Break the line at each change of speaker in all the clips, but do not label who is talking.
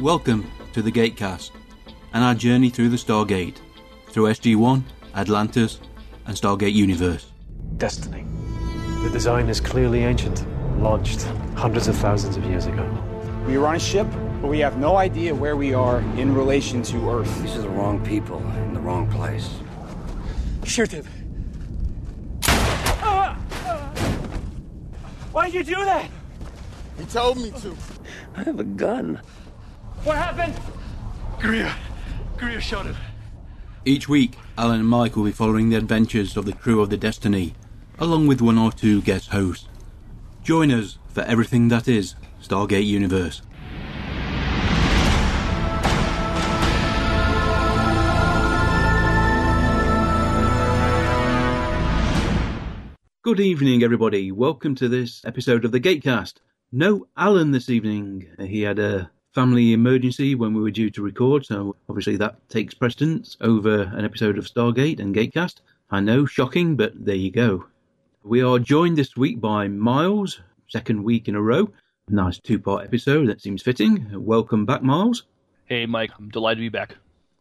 Welcome to the Gatecast and our journey through the Stargate, through SG-1, Atlantis, and Stargate Universe.
Destiny. The design is clearly ancient, launched hundreds of thousands of years ago.
We are on a ship, but we have no idea where we are in relation to Earth.
These are the wrong people in the wrong place.
Shoot him.
Why'd you do that?
He told me to.
I have a gun.
What happened?
Greer. Greer shot him.
Each week, Alan and Mike will be following the adventures of the crew of the Destiny, along with one or two guest hosts. Join us for everything that is Stargate Universe. Good evening, everybody. Welcome to this episode of the Gatecast. No Alan this evening. He had a family emergency when we were due to record, so obviously that takes precedence over an episode of Stargate and Gatecast. I know, shocking, but there you go. We are joined this week by Miles, second week in a row. Nice two part episode, that seems fitting. Welcome back, Miles.
Hey, Mike, I'm delighted to be back.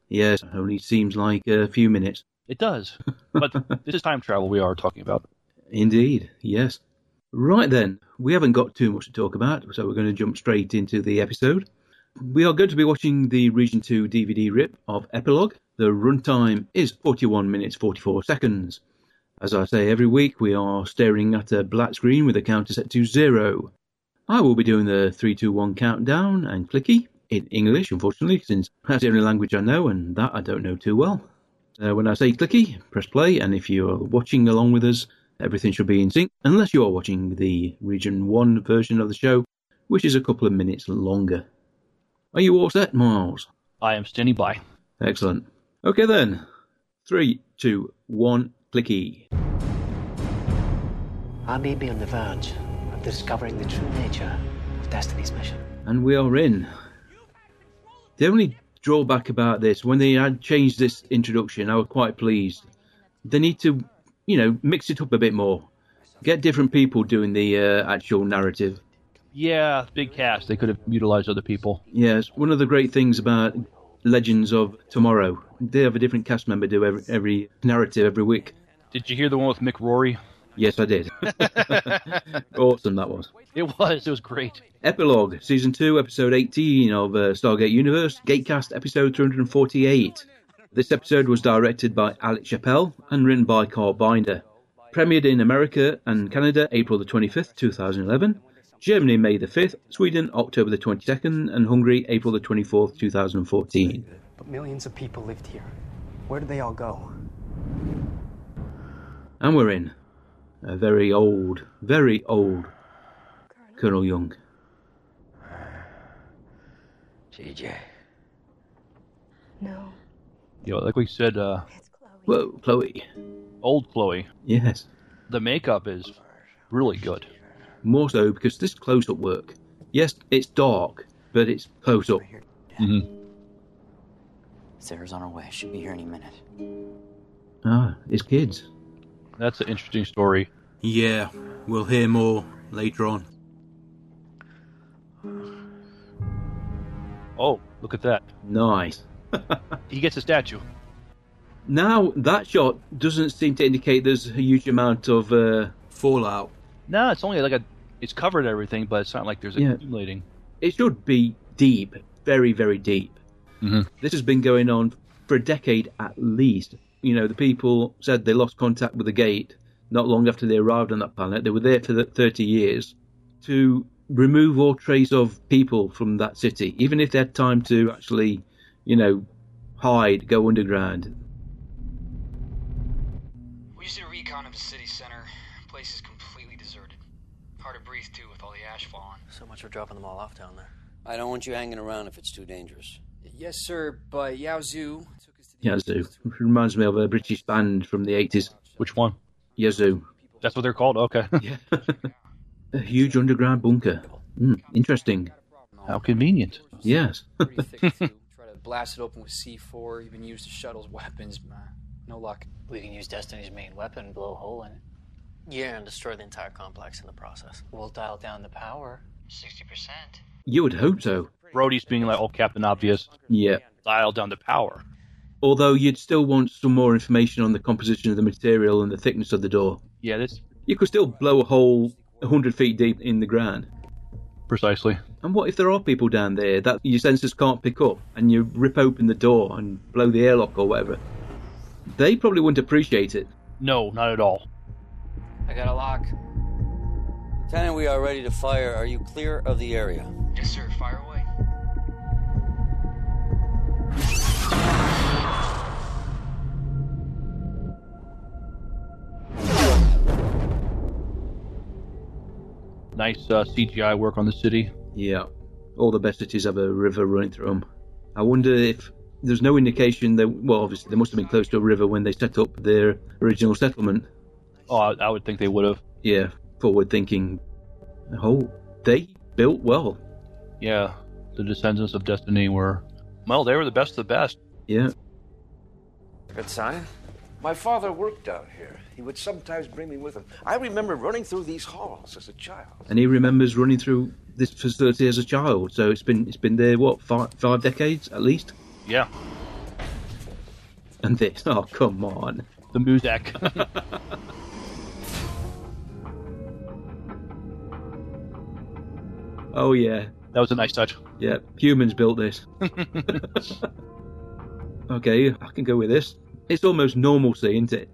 Yes, only seems like a few minutes.
It does. But this is time travel we are talking about.
Indeed, yes. Right then, we haven't got too much to talk about, so we're going to jump straight into the episode. We are going to be watching the Region 2 DVD rip of Epilogue. The runtime is 41 minutes 44 seconds. As I say every week, we are staring at a black screen with a counter set to zero. I will be doing the 321 countdown and clicky in English, unfortunately, since that's the only language I know and that I don't know too well. Uh, when I say clicky, press play, and if you're watching along with us, everything should be in sync, unless you are watching the Region 1 version of the show, which is a couple of minutes longer. Are you all set, Miles?
I am standing by.
Excellent. Okay then. Three, two, one, clicky.
I may be on the verge of discovering the true nature of Destiny's mission.
And we are in. The only drawback about this, when they had changed this introduction, I was quite pleased. They need to, you know, mix it up a bit more. Get different people doing the uh, actual narrative.
Yeah, big cast. They could have utilized other people.
Yes, one of the great things about Legends of Tomorrow, they have a different cast member do every, every narrative every week.
Did you hear the one with Mick Rory?
Yes, I did. awesome that was.
It was. It was great.
Epilogue, Season 2, Episode 18 of uh, Stargate Universe, Gatecast, Episode 348. This episode was directed by Alex Chappell and written by Carl Binder. Premiered in America and Canada April the 25th, 2011, Germany May the 5th, Sweden October the 22nd, and Hungary April the 24th, 2014.
But millions of people lived here. Where did they all go?
And we're in. A very old, very old Colonel Young.
CJ.
No,
You know, like we said, uh,
it's Chloe.
Whoa, Chloe.
old Chloe.
Yes.
The makeup is really good.
More so because this close up work, yes, it's dark, but it's close up.
Sarah's on her way. She'll be here any minute.
Ah, it's kids.
That's an interesting story.
Yeah, we'll hear more later on.
Oh, look at that.
Nice.
He gets a statue.
Now, that shot doesn't seem to indicate there's a huge amount of uh, fallout.
No, it's only like a. It's covered everything, but it's not like there's
Yeah.
accumulating.
It should be deep, very, very deep.
Mhm.
This has been going on for a decade at least. You know, the people said they lost contact with the gate not long after they arrived on that planet. They were there for the 30 years to remove all trace of people from that city, even if they had time to actually, you know, hide, go underground.
We just did a recon of the city center. Place is completely deserted. Hard to breathe too with all the ash falling.
So much for dropping them all off down there.
I don't want you hanging around if it's too dangerous.
Yes, sir, but Yaozu took us to the
Yazoo. Reminds me of a British band from the 80s,
Which one?
Yazoo.
That's what they're called? Okay.
Yeah. a huge underground bunker. Hmm, interesting.
How convenient.
Yes.
Pretty thick too. Try to blast it open with C4, even use the shuttle's weapons. Nah, no luck.
We can use Destiny's main weapon, blow a hole in it. Yeah, and destroy the entire complex in the process. We'll dial down the power.
60%.
You would hope so.
Brody's being like, oh, Captain Obvious,
Yeah.
dial down the power.
Although you'd still want some more information on the composition of the material and the thickness of the door.
Yeah, that's
You could still blow a hole 100 feet deep in the ground.
precisely.
And what if there are people down there that your sensors can't pick up and you rip open the door and blow the airlock or whatever? They probably wouldn't appreciate it.
No, not at all.
I got a lock.
Lieutenant, we are ready to fire. Are you clear of the area?
Yes, sir. Fire away.
Nice uh, CGI work on the city.
Yeah, all the best cities have a river running through them. I wonder if there's no indication that, well, obviously they must have been close to a river when they set up their original settlement.
Oh, I, I would think they would have.
Yeah, forward thinking. Oh, they built well.
Yeah, the descendants of Destiny were. Well, they were the best of the best.
Yeah,
Good sign. My father worked out here. He would sometimes bring me with him. I remember running through these halls as a child.
and he remembers running through this facility as a child. So it's been it's been there what five, five decades at least.
Yeah,
And this, oh come on.
the Muzak.
Oh yeah,
that was a nice touch.
yeah. Humans built this. okay, I can go with this. It's almost normalcy, isn't it?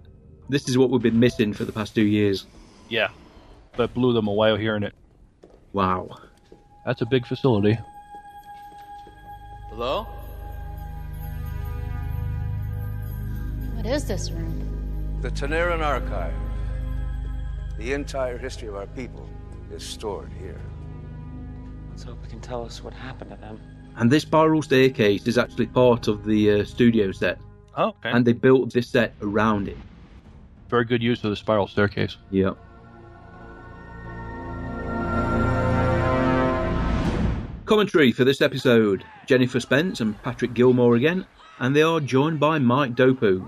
This is what we've been missing for the past two years.
Yeah, but blew them away hearing it.
Wow.
That's a big facility.
Hello?
What is this room?
The Tanaran Archive. The entire history of our people is stored here.
Let's hope it can tell us what happened to them.
And this spiral staircase is actually part of the uh, studio set,
Oh, okay.
and they built this set around it.
Very good use of the spiral staircase.
Yeah. Commentary for this episode Jennifer Spence and Patrick Gilmore again, and they are joined by Mike Dopu.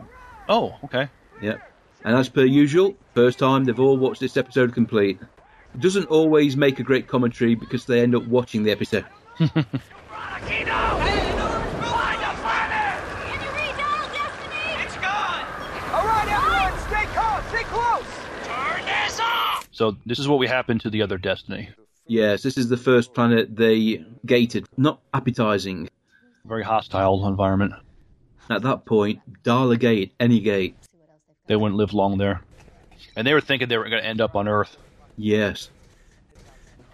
Oh, okay.
Yeah. And as per usual, first time they've all watched this episode complete. Doesn't always make a great commentary because they end up watching the episode.
It's gone! All right, everyone, stay calm, stay close! Turn this off!
So this is what we happened to the other Destiny.
Yes, this is the first planet they gated. Not appetizing.
Very hostile environment.
At that point, Dala Gate, any gate.
They wouldn't live long there. And they were thinking they were going to end up on Earth.
Yes.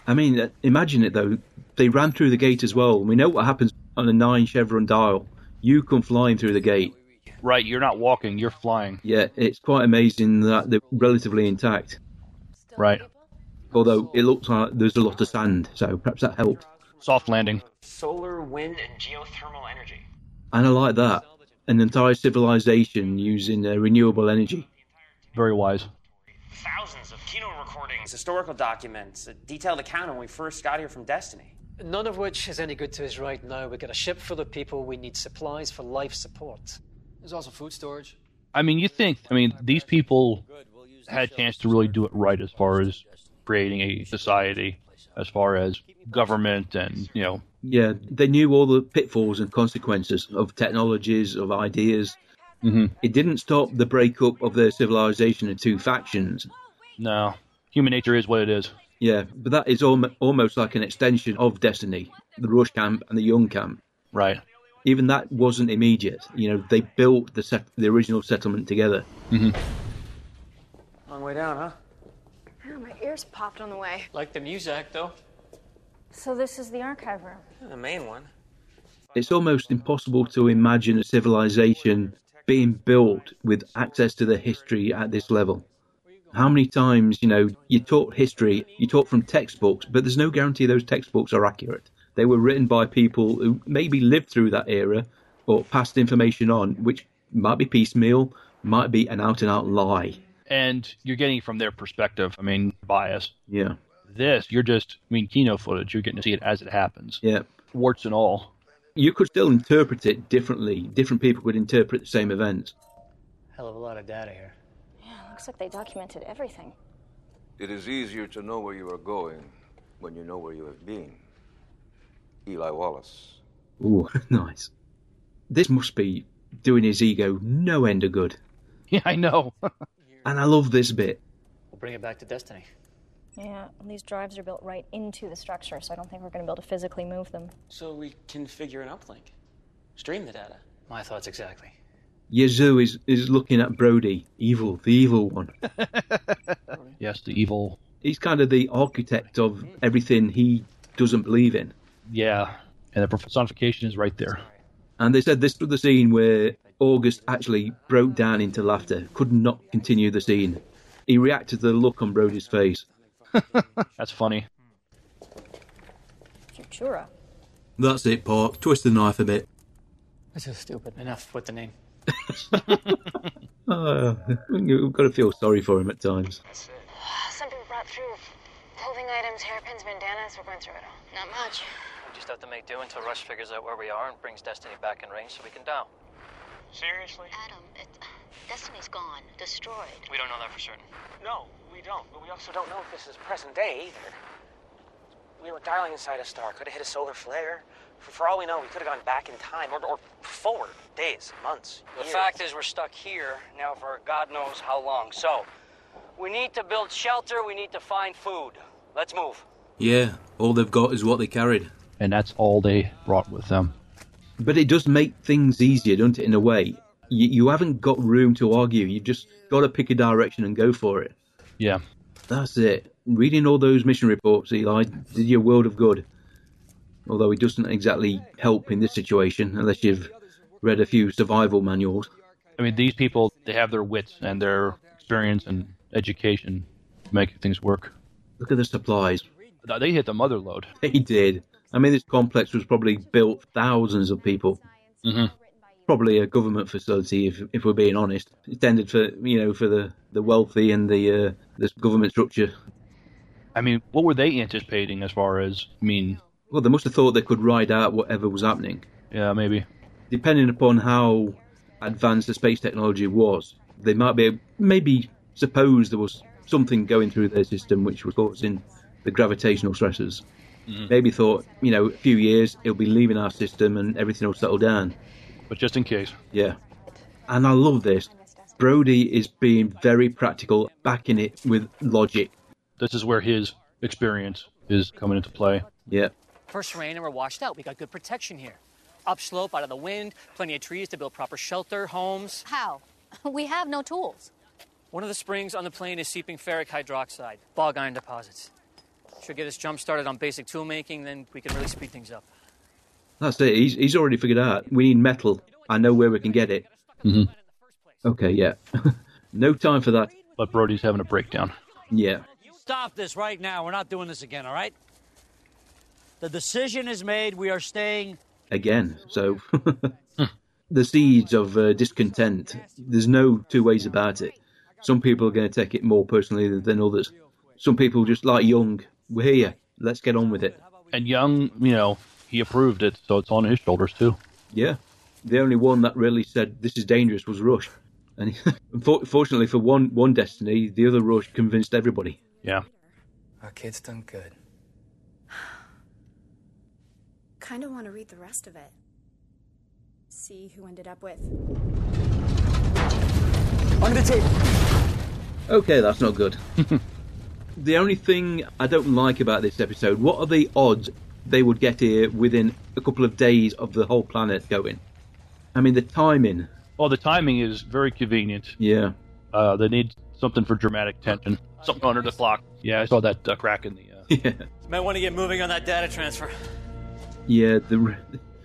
I mean, uh, imagine it though. They ran through the gate as well. We know what happens on a nine chevron dial. You come flying through the gate.
Right, you're not walking, you're flying.
Yeah, it's quite amazing that they're relatively intact.
Right.
Although it looks like there's a lot of sand, so perhaps that helped.
Soft landing.
Solar, wind, and
Geothermal energy.
And I like that. An entire civilization using uh, renewable energy.
Very wise.
Thousands of kino recordings.
historical documents that detailed account when we first got here from Destiny.
None of which is any good to us right now. We've got a ship full of people. We need supplies for life support.
There's also food storage.
I mean, you think, I mean, these people had a chance to really do it right as far as creating a society, as far as government and, you know,
Yeah, they knew all the pitfalls and consequences of technologies, of ideas.
Mhm.
It didn't stop the breakup of their civilization into two factions.
no. Human nature is what it is.
Yeah, but that is alm- almost like an extension of Destiny, the Rush camp and the Young camp.
Right.
Even that wasn't immediate. You know, they built the set- the original settlement together.
Long way down, huh?
Oh, my ears popped on the way.
Like the Muzak, though.
So this is the archive room.
The main one.
It's almost impossible to imagine a civilization being built with access to the history at this level. How many times, you know, you taught history, you taught from textbooks, but there's no guarantee those textbooks are accurate. They were written by people who maybe lived through that era or passed information on, which might be piecemeal, might be an out and out lie.
And you're getting it from their perspective, I mean, bias.
Yeah.
This, you're just, I mean, kino footage, you're getting to see it as it happens.
Yeah.
Warts and all.
You could still interpret it differently. Different people could interpret the same events.
Hell of a lot of data here.
Yeah, looks like they documented everything.
It is easier to know where you are going when you know where you have been. Eli Wallace.
Ooh, nice. This must be doing his ego no end of good.
Yeah, I know.
and I love this bit.
We'll bring it back to Destiny.
Yeah, and these drives are built right into the structure, so I don't think we're going to be able to physically move them.
So we can figure an uplink. Stream the data. My thoughts exactly.
Yazoo is, is looking at Brody, evil, the evil one.
yes, the evil.
He's kind of the architect of everything he doesn't believe in.
Yeah, and the personification is right there.
And they said this was the scene where August actually broke down into laughter, could not continue the scene. He reacted to the look on Brody's face.
That's funny.
Futura.
That's it, Park. Twist the knife a bit.
This is stupid. Enough with the name.
Oh, we've got to feel sorry for him at times.
Some people brought through clothing items, hairpins, bandanas. We're going through it all. Not much.
We just have to make do until Rush figures out where we are and brings Destiny back in range so we can down.
Seriously?
Adam, it, Destiny's gone, destroyed.
We don't know that for certain.
No, we don't. But we also don't know if this is present day either. We were dialing inside a star. Could have hit a solar flare. For, for all we know, we could have gone back in time or, or forward days, months.
The
years.
fact is, we're stuck here now for God knows how long. So, we need to build shelter, we need to find food. Let's move.
Yeah, all they've got is what they carried.
And that's all they brought with them.
But it does make things easier, doesn't it, in a way? You, you haven't got room to argue. You've just got to pick a direction and go for it.
Yeah.
That's it. Reading all those mission reports, Eli, did you a world of good. Although it doesn't exactly help in this situation unless you've read a few survival manuals.
I mean, these people, they have their wits and their experience and education to make things work.
Look at the supplies.
They hit the mother load.
They did. I mean, this complex was probably built thousands of people.
Mm-hmm.
Probably a government facility, if if we're being honest, intended for you know for the, the wealthy and the uh, this government structure.
I mean, what were they anticipating as far as, I mean,
Well, they must have thought they could ride out whatever was happening.
yeah, maybe.
Depending upon how advanced the space technology was, they might be maybe suppose there was something going through their system which was causing the gravitational stresses. Maybe thought, you know, a few years it'll be leaving our system and everything will settle down.
But just in case.
Yeah. And I love this. Brody is being very practical, backing it with logic.
This is where his experience is coming into play.
Yeah.
First rain and we're washed out. We got good protection here. Upslope, out of the wind, plenty of trees to build proper shelter, homes.
How? We have no tools.
One of the springs on the plain is seeping ferric hydroxide, bog iron deposits. Should get us jump started on basic tool making, then we can really speed things up.
That's it. He's, he's already figured out. We need metal. I know where we can get it.
Mm-hmm.
Okay, yeah. no time for that.
But Brody's having a breakdown.
Yeah.
Stop this right now. We're not doing this again, all right? The decision is made. We are staying.
Again. So the seeds of uh, discontent, there's no two ways about it. Some people are going to take it more personally than others. Some people just like Young. We're here. Let's get on with it.
And Young, you know, he approved it, so it's on his shoulders too.
Yeah. The only one that really said this is dangerous was Rush. And unfor- fortunately for one, one Destiny, the other Rush convinced everybody.
Yeah.
Our kid's done good.
Kinda wanna read the rest of it. See who ended up with.
Under the table. Okay, that's not good. the only thing I don't like about this episode, what are the odds they would get here within a couple of days of the whole planet going? I mean, the timing.
Well, the timing is very convenient.
Yeah.
Uh, they need something for dramatic tension, something under the clock. Yeah, I saw that uh, crack in the. Uh...
Yeah,
Might want to get moving on that data transfer.
yeah, the,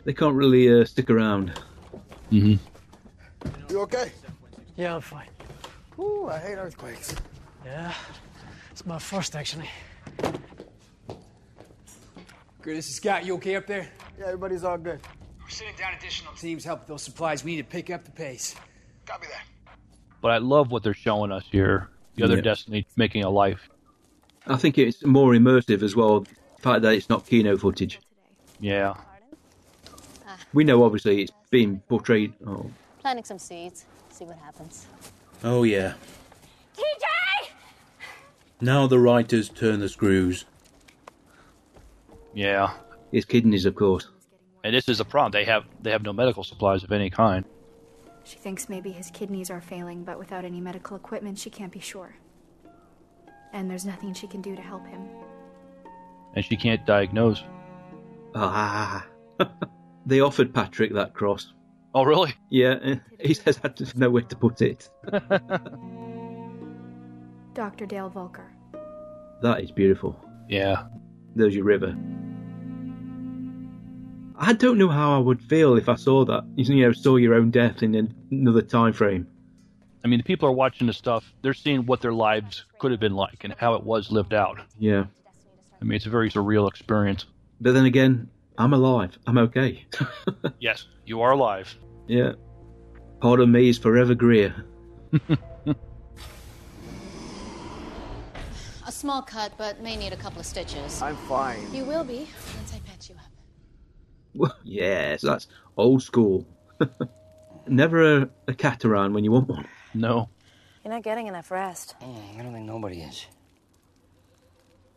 they can't really uh, stick around.
Mm-hmm.
You okay?
Yeah, I'm fine.
Ooh, I hate earthquakes.
Yeah. It's my first, actually.
Good, this is Scott. You okay up there?
Yeah, everybody's all good.
We're sitting down additional.
Teams help with those supplies. We need to pick up the pace.
Copy that.
But I love what they're showing us here. The other
Yeah.
Destiny making a life.
I think it's more immersive as well, the fact that it's not Kino footage.
Yeah.
We know, obviously, it's being portrayed. Oh,
Planting some seeds. See what happens.
oh yeah.
TJ!
Now the writers turn the screws.
Yeah.
His kidneys, of course.
And this is a problem. They have they have no medical supplies of any kind.
She thinks maybe his kidneys are failing, but without any medical equipment, she can't be sure. And there's nothing she can do to help him.
and she can't diagnose.
Ah. They offered Patrick that cross.
Oh, really?
Yeah, eh, he says I just know where to put it.
Dr. Dale Volker.
That is beautiful.
Yeah.
There's your river. I don't know how I would feel if I saw that. You know, saw your own death in an- another time frame.
I mean, the people are watching this stuff. They're seeing what their lives could have been like and how it was lived out.
Yeah.
I mean, it's a very surreal experience.
But then again, I'm alive. I'm okay.
Yes, you are alive.
yeah. Part of me is forever Greer.
A small cut, but may need a couple of stitches.
I'm fine.
You will be once I patch you up.
yes, that's old school. Never a, a cat around when you want one.
No.
You're not getting enough rest.
Hmm, I don't think nobody is.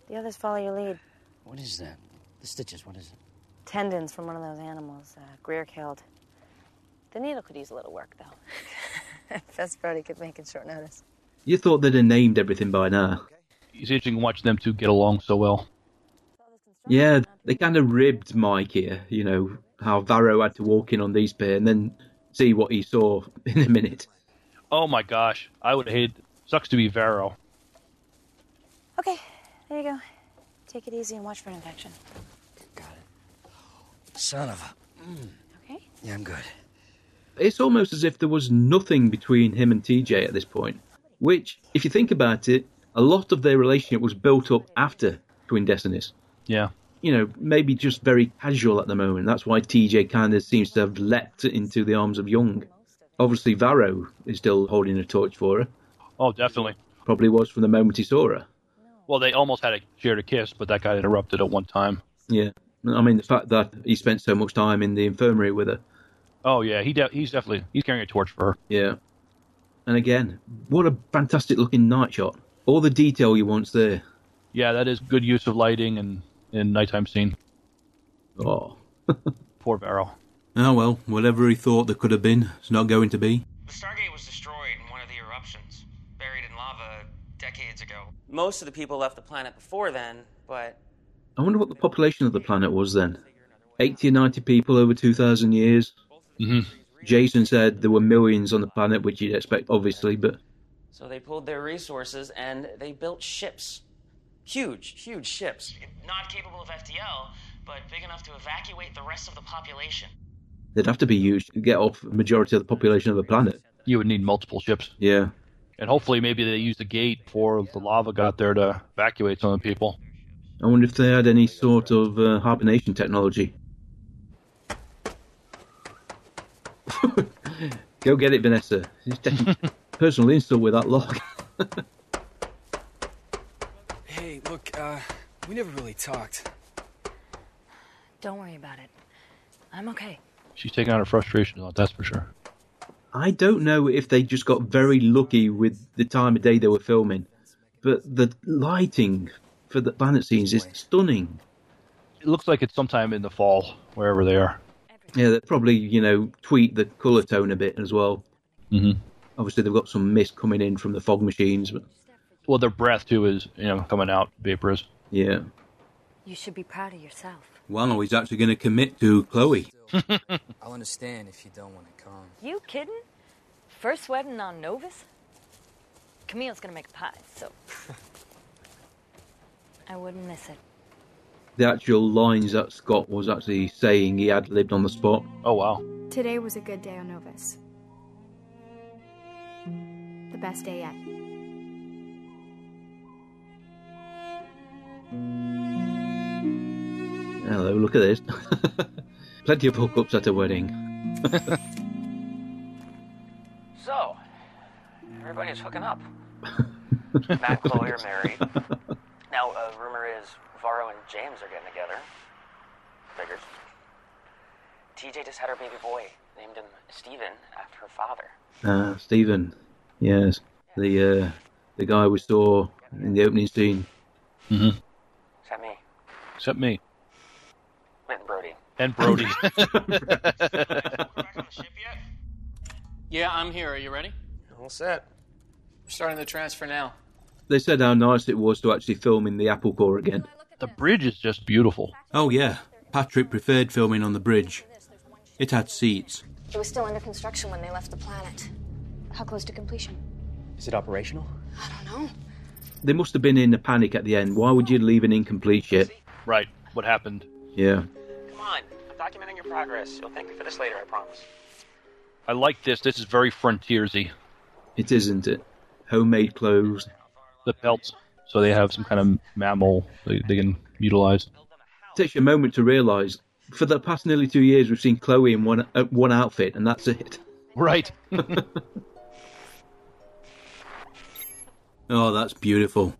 The others follow your lead.
What is that? The stitches, what is it?
Tendons from one of those animals uh, Greer killed. The needle could use a little work, though. Best Brody could make it short notice.
You thought they'd have named everything by now.
It's interesting watching them two get along so well.
Yeah, they kind of ribbed Mike here, you know, how Varro had to walk in on these pair and then see what he saw in a minute.
Oh my gosh, I would hate. Sucks to be Varro.
Okay, there you go. Take it easy and watch for an infection.
Son of a.
Okay.
Yeah, I'm good.
It's almost as if there was nothing between him and TJ at this point, which, if you think about it, a lot of their relationship was built up after Twin Destinies.
Yeah.
You know, maybe just very casual at the moment. That's why TJ kind of seems to have leapt into the arms of Young. Obviously, Varro is still holding a torch for her.
Oh, definitely.
Probably was from the moment he saw her.
Well, they almost had a shared a kiss, but that got interrupted at one time.
Yeah. I mean, the fact that he spent so much time in the infirmary with her.
Oh yeah, he de- he's definitely he's carrying a torch for her.
Yeah. And again, what a fantastic looking night shot. All the detail you want's there.
Yeah, that is good use of lighting and in nighttime scene.
Oh.
Poor Varro.
Oh well, whatever he thought there could have been, it's not going to be.
The Stargate was destroyed in one of the eruptions, buried in lava decades ago.
Most of the people left the planet before then, but
I wonder what the population of the planet was then. 80 or 90 people over 2,000 years.
Mm-hmm.
Jason said there were millions on the planet, which you'd expect, obviously, but
so they pulled their resources and they built ships. Huge, huge ships.
Not capable of FDL, but big enough to evacuate the rest of the population.
they'd have to be huge to get off the majority of the population of the planet.
You would need multiple ships.
Yeah.
And hopefully, maybe they used the gate before the lava got there to evacuate some of the people.
I wonder if they had any sort of uh, hibernation technology. Go get it, Vanessa. She's taking personal insult with that lock.
Hey, look, uh, we never really talked.
Don't worry about it. I'm okay.
She's taking out her frustration, on it, that's for sure.
I don't know if they just got very lucky with the time of day they were filming, but the lighting for the planet scenes is stunning.
It looks like it's sometime in the fall, wherever they are.
Yeah, they probably, you know, tweak the colour tone a bit as well.
Mm-hmm.
Obviously, they've got some mist coming in from the fog machines, but
Well, their breath too is you know coming out vaporous.
yeah.
You should be proud of yourself.
Wow, he's actually going to commit to Chloe.
I'll understand if you don't want to come.
You kidding? First wedding on Novus? Camille's gonna make pies, so. I wouldn't miss it.
The actual lines that Scott was actually saying he had lived on the spot.
Oh, wow.
Today was a good day on Novus. The best day yet.
Hello, look at this. Plenty of hookups at a wedding.
So, everybody's hooking up. Matt and Chloe are married. Now, uh, rumor is Varro and James are getting together. Figures. TJ just had her baby boy, named him Steven after her father.
Ah, Stephen. Yes, the uh, the guy we saw in the opening scene.
Mm-hmm.
Is that me?
Except me.
And Brody.
And Brody.
Yeah, I'm here. Are you ready?
All set.
We're starting the transfer now.
They said how nice it was to actually film in the apple core again.
The bridge is just beautiful.
Oh, yeah. Patrick preferred filming on the bridge. It had seats.
It was still under construction when they left the planet. How close to completion?
Is it operational?
I don't know.
They must have been in a panic at the end. Why would you leave an incomplete ship?
Right. What happened?
Yeah.
Come on. I'm documenting your progress. You'll thank me for this later, I promise.
I like this. This is very frontiersy.
It isn't it. Homemade clothes.
The pelts. So they have some kind of mammal they, they can utilize.
takes you a moment to realise for the past nearly two years we've seen Chloe in one uh, one outfit and that's it.
Right.
oh, that's beautiful.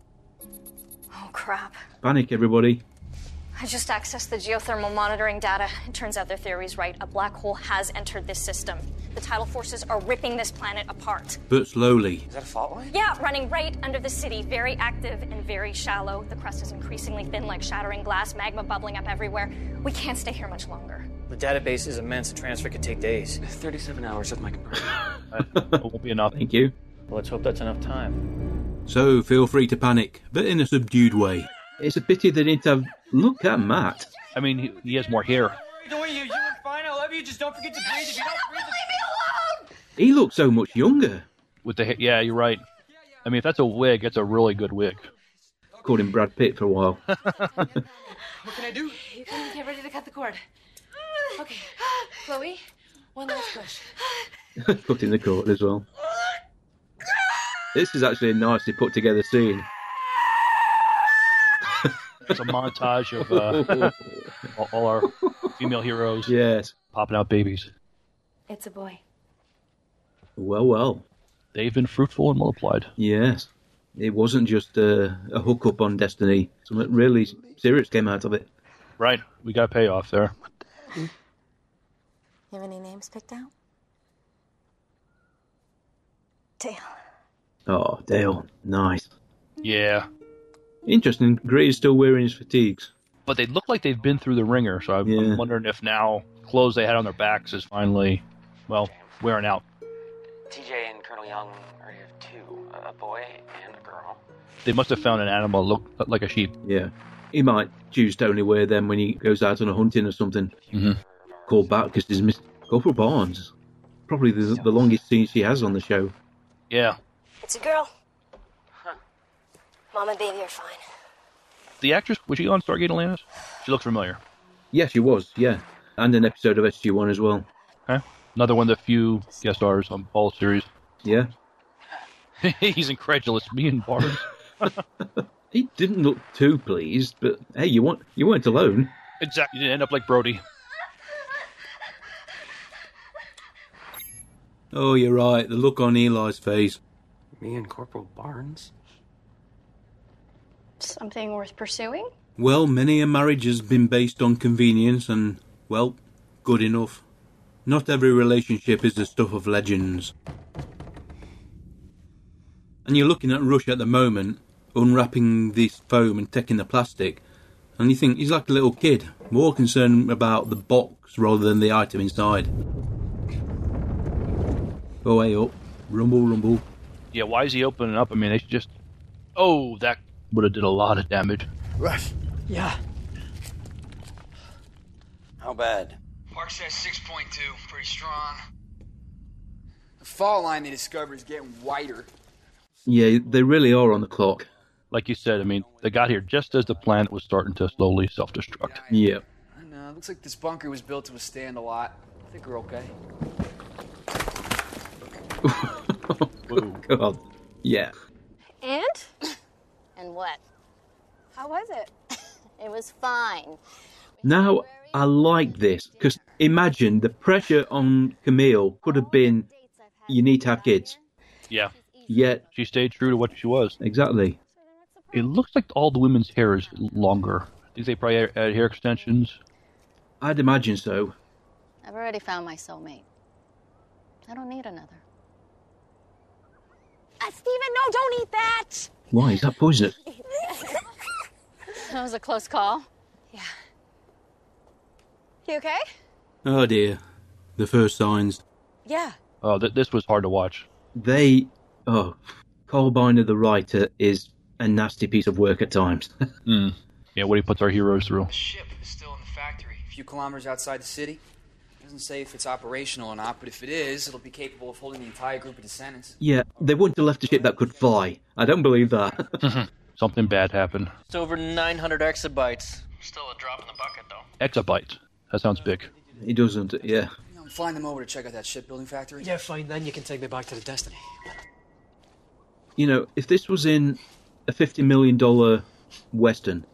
Oh, crap.
Panic, everybody.
I just accessed the geothermal monitoring data. It turns out their theory's right. A black hole has entered this system. The tidal forces are ripping this planet apart.
But slowly.
Is that a fault line?
Yeah, running right under the city. Very active and very shallow. The crust is increasingly thin, like shattering glass, magma bubbling up everywhere. We can't stay here much longer.
The database is immense. A transfer could take days.
37 hours with my computer.
It won't be enough.
Thank you.
Well, let's hope that's enough time.
So feel free to panic, but in a subdued way. It's a pity they didn't have. Look at Matt.
I mean, he, he has more hair.
Don't worry, you're doing fine. I love you. Just don't forget to breathe. If you don't breathe,
He looks so much younger.
With the ha- yeah, you're right. I mean, if that's a wig, it's a really good wig.
Called him Brad Pitt for a while.
what can I do?
You can get ready to cut the cord. Okay, Chloe, one last push.
Put in the court as well. This is actually a nicely put together scene.
It's a montage of uh, all, all our female heroes
Yes.
popping out babies.
It's a boy.
Well, well.
They've been fruitful and multiplied.
Yes. It wasn't just uh, a hookup on Destiny. Something really serious came out of it.
Right, we got a payoff there.
You have any names picked out? Dale.
Oh, Dale. Nice.
Yeah,
Interesting. Gray is still wearing his fatigues.
but they look like they've been through the ringer. So I'm,
Yeah.
I'm wondering if now clothes they had on their backs is finally, well, wearing out.
TJ and Colonel Young are here too. A boy and a girl.
They must have found an animal look like a sheep.
Yeah. He might choose to only wear them when he goes out on a hunting or something.
Mhm.
Call back because he's missed Corporal Barnes. Probably the, the longest scene she has on the show.
Yeah,
It's a girl. Huh. Mom and baby are fine.
the actress was she on Stargate Atlantis? She looked familiar.
Yes, she was, yeah. And an episode of SG1 as well.
Okay. Another one of the few guest stars on all series.
Yeah.
He's incredulous. Me and Barnes.
He didn't look too pleased, but hey, you want you weren't alone.
exactly. You didn't end up like Brody.
Oh, you're right. The look on Eli's face.
Me and Corporal Barnes?
Something worth pursuing?
Well, many a marriage has been based on convenience and, well, good enough. Not every relationship is the stuff of legends. And you're looking at Rush at the moment, unwrapping this foam and taking the plastic, and you think he's like a little kid, more concerned about the box rather than the item inside. Go way up, rumble, rumble.
Yeah, why is he opening up? I mean, they should just. Oh, that would have did a lot of damage.
Rush.
Yeah.
How bad?
Mark says 6.2, pretty strong.
The fall line they discovered is getting wider.
Yeah, they really are on the clock.
Like you said, I mean, they got here just as the planet was starting to slowly self-destruct.
Yeah.
I know. It looks like this bunker was built to withstand a lot. I think we're okay.
God. Yeah.
And? and what? How was it? it was fine.
Now, I like this because imagine the pressure on Camille could have been you need to have kids.
Yeah,
Yet,
she stayed true to what she was.
exactly.
It looks like all the women's hair is longer. I think they probably had hair extensions.
I'd imagine so.
I've already found my soulmate. I don't need another.
Uh, Steven, no, don't eat that!
Why? Is that poisonous?
that was a close call.
You okay?
Oh dear, the first signs.
Yeah.
Oh, th- this was hard to watch.
They, oh, Colbiner the writer is a nasty piece of work at times.
Mm. Yeah, what he puts our heroes through.
Ship is still in the factory, a few kilometers outside the city. Doesn't say if it's operational or not, but if it is, it'll be capable of holding the entire group of descendants.
yeah, they wouldn't have left a ship that could fly. I don't believe that.
Something bad happened.
It's over 900 exabytes.
Still a drop in the bucket, though.
Exabyte. That sounds big.
It doesn't, yeah.
I'm flying them over to check out that shipbuilding factory.
Yeah, fine. Then you can take me back to the Destiny.
You know, if this was in a $50 million Western,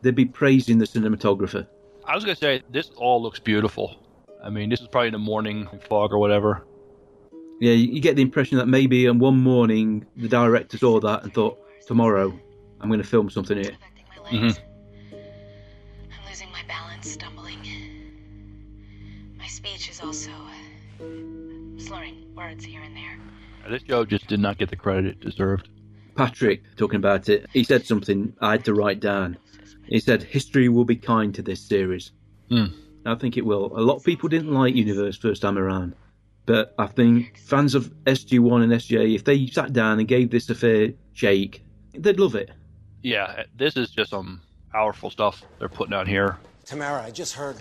they'd be praising the cinematographer.
I was going to say, this all looks beautiful. I mean, this is probably the morning fog or whatever.
Yeah, you you get the impression that maybe on one morning the director saw that and thought, tomorrow I'm going to film something here.
Mhm.
I'm losing my balance, stumbling. My speech is also
uh,
slurring words here and there.
This show just did not get the credit it deserved.
Patrick, talking about it, he said something I had to write down. He said, History will be kind to this series.
Hmm.
I think it will. A lot of people didn't like Universe first time around. But I think fans of SG1 and SJ, if they sat down and gave this a fair shake, they'd love it.
Yeah, this is just some powerful stuff they're putting out here.
Tamara, I just heard.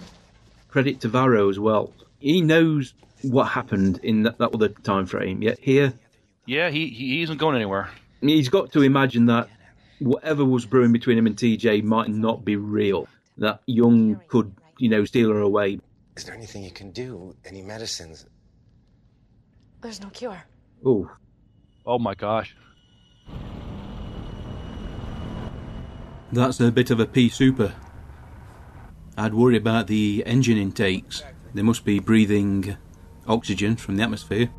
Credit to Varro as well. He knows what happened in that, that other time frame, yet here
Yeah, he, he he isn't going anywhere.
he's got to imagine that whatever was brewing between him and TJ might not be real. That Young could, you know, steal her away.
Is there anything you can do? Any medicines?
There's no cure.
Oh,
Oh my gosh.
That's a bit of a pea super. I'd worry about the engine intakes. They must be breathing oxygen from the atmosphere.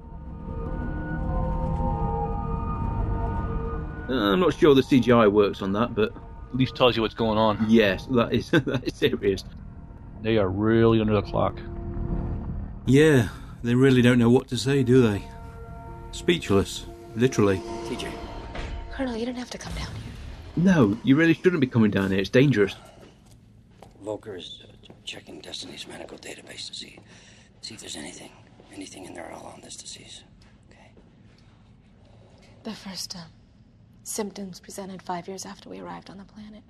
Uh, I'm not sure the CGI works on that, but
At least tells you what's going on.
yes, that is that is serious.
They are really under the clock.
Yeah, they really don't know what to say, do they? Speechless, literally.
TJ.
Colonel, you didn't have to come down here.
No, you really shouldn't be coming down here. It's dangerous.
Volker is uh, checking Destiny's medical database to see see if there's anything, anything in there at all on this disease.
The first um, symptoms presented five years after we arrived on the planet.